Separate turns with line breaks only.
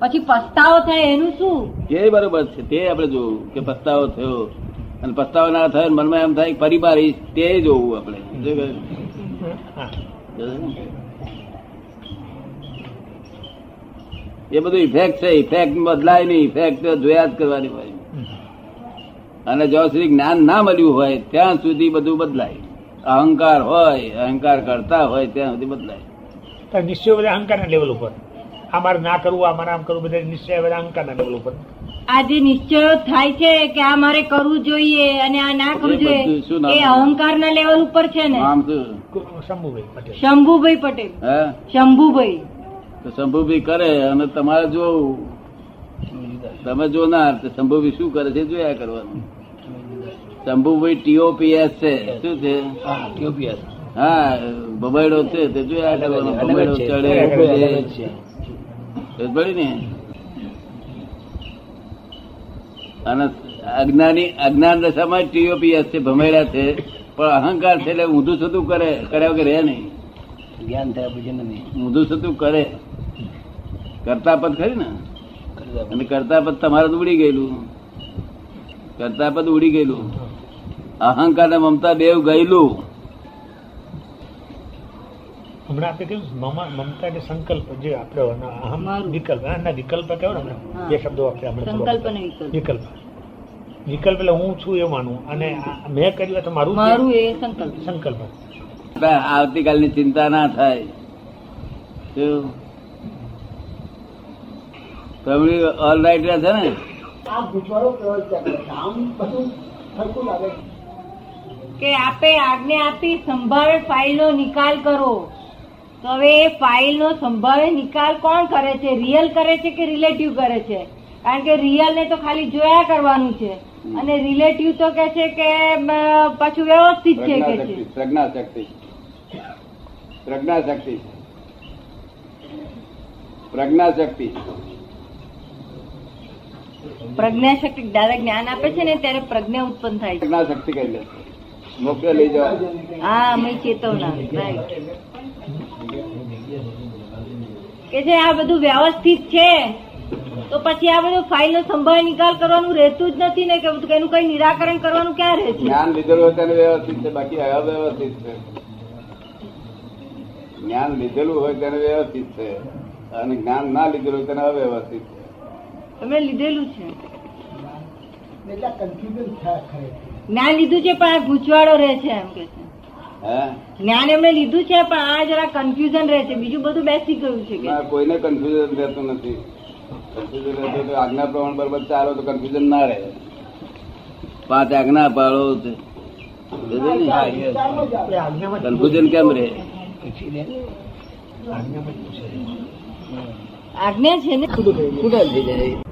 પછી પસ્તાવો થાય એનું શું
તે બરોબર છે તે આપણે જોવું કે પસ્તાવો થયો અને પસ્તાવો ના થયો અને મનમાં એમ થાય કે ફરી વાર ઈશ, તે જોવું આપણે શું કહ્યું? એ બધું ઇફેક્ટ છે ઇફેક્ટ બદલાય નહીં ઇફેક્ટ જોયા જ કરવાની હોય અને જ્યાં સુધી જ્ઞાન ના મળ્યું હોય ત્યાં સુધી બધું બદલાય અહંકાર હોય અહંકાર કરતા હોય ત્યાં સુધી બદલાય
તો નિશ્ચય બધા અહંકારના લેવલ ઉપર આ મારે ના કરવું આ મારે આમ કરવું બધા નિશ્ચય બધા અહંકારના લેવલ ઉપર
આ જે નિશ્ચયો થાય છે કે આ મારે કરવું જોઈએ અને આ ના કરવું
એ બધું શું નામ?
જોઈએ એ અહંકારના લેવલ ઉપર છે ને
આમ શું
શંભુભાઈ પટેલ
શંભુભાઈ પટેલ
હે
શંભુભાઈ
તો શંભુભી કરે અને તમારે જોવું તમે જોનાર તો શંભુભી શું કરે છે જોયા કરવાનું શંભુભી ટીઓપીએસ છે શું છે હા બબેડો છે તે જોયા કરવાનો બબેડો ચડે ઉભે. ખબર પડી ને અને અજ્ઞાની અજ્ઞાન દશામાં ટીઓપીએસ છે ભમેડા છે પણ અહંકાર છે એટલે ઊંધું સતું કરે કર્યા વગર રહે નહીં
જ્ઞાન થયા પછી નથી
ઊંધું સતું કરે કરતા પદ ખરી ને
કરતા પણ.
અને કરતા પદ તમારું ઉડી ગયેલું કરતા પદ ઉડી ગયેલું અહંકાર ને મમતા બેવ ગયેલું
હમણાં આપણે કહ્યું મમા મમતા કે સંકલ્પ જે આપણે એના અહમ
મારું.
વિકલ્પ હા, ના વિકલ્પ કહેવાય ને હમણાં
હા.
બે શબ્દો આપણે આપણે
સંકલ્પ અને વિકલ્પ.
વિકલ્પ વિકલ્પ એટલે હું છું એ માનવું અને આ મેં કર્યું એ તો મારું છે.
મારું એ સંકલ્પ
સંકલ્પ
આવતીકાલની ચિંતા ના થાય શું? ફેમિલી ઓલ રાઈટ રહે છે ને
કે આપે આજ્ઞા આપી સંભાળ ફાઇલનો નિકાલ કરો તો હવે એ ફાઇલનો સંભાળે નિકાલ કોણ કરે છે રિયલ કરે છે કે રિલેટિવ કરે છે કારણ કે રિયલ ને તો ખાલી જોયા કરવાનું છે અને રિલેટિવ તો કે છે કે અમ, પાછું વ્યવસ્થિત છે કે છે
પ્રજ્ઞાશક્તિ પ્રજ્ઞાશક્તિ પ્રજ્ઞાશક્તિ પ્રજ્ઞાશક્તિ
પ્રજ્ઞા શક્તિ દાદા જ્ઞાન આપે છે ને ત્યારે પ્રજ્ઞા ઉત્પન્ન થાય છે
પ્રજ્ઞાશક્તિ કહી લે મોક્ષે લઈ જવા
હા અમે ચેતવના right. કે જે આ બધું વ્યવસ્થિત છે તો પછી આ બધું ફાઇલ નો સંભાળ નિકાલ કરવાનું રહેતું જ નથી ને કે બધું એનું કઈ નિરાકરણ કરવાનું ક્યાં રહે છે
જ્ઞાન લીધેલું હોય તેને વ્યવસ્થિત છે બાકી અવ્યવસ્થિત છે જ્ઞાન લીધેલું હોય તેને વ્યવસ્થિત છે અને જ્ઞાન ના લીધેલું હોય તેને અવ્યવસ્થિત છે
તમે લીધેલું છે જ્ઞાન લીધું છે પણ આ ગૂંચવાડો રહે છે એમ કે છે
હે
જ્ઞાન એમણે લીધું છે પણ આ જરા કન્ફ્યુઝન રહે છે બીજું બધું બેસી ગયું છે કે
ના, કોઈને કન્ફ્યુઝન રહેતું નથી કન્ફ્યુઝન રહેતું તો આજ્ઞા પ્રમાણ બરોબર ચાલો તો કન્ફ્યુઝન ના રહે પાંચ આજ્ઞા પાળો તે- સમજે ને?
આપણે આજ્ઞામાં જ
કન્ફ્યુઝન કેમ રહે
પછી લે.
આજ્ઞામાં જ પૂછે.
આજ્ઞા છે ને
ખુદા થઈ જાય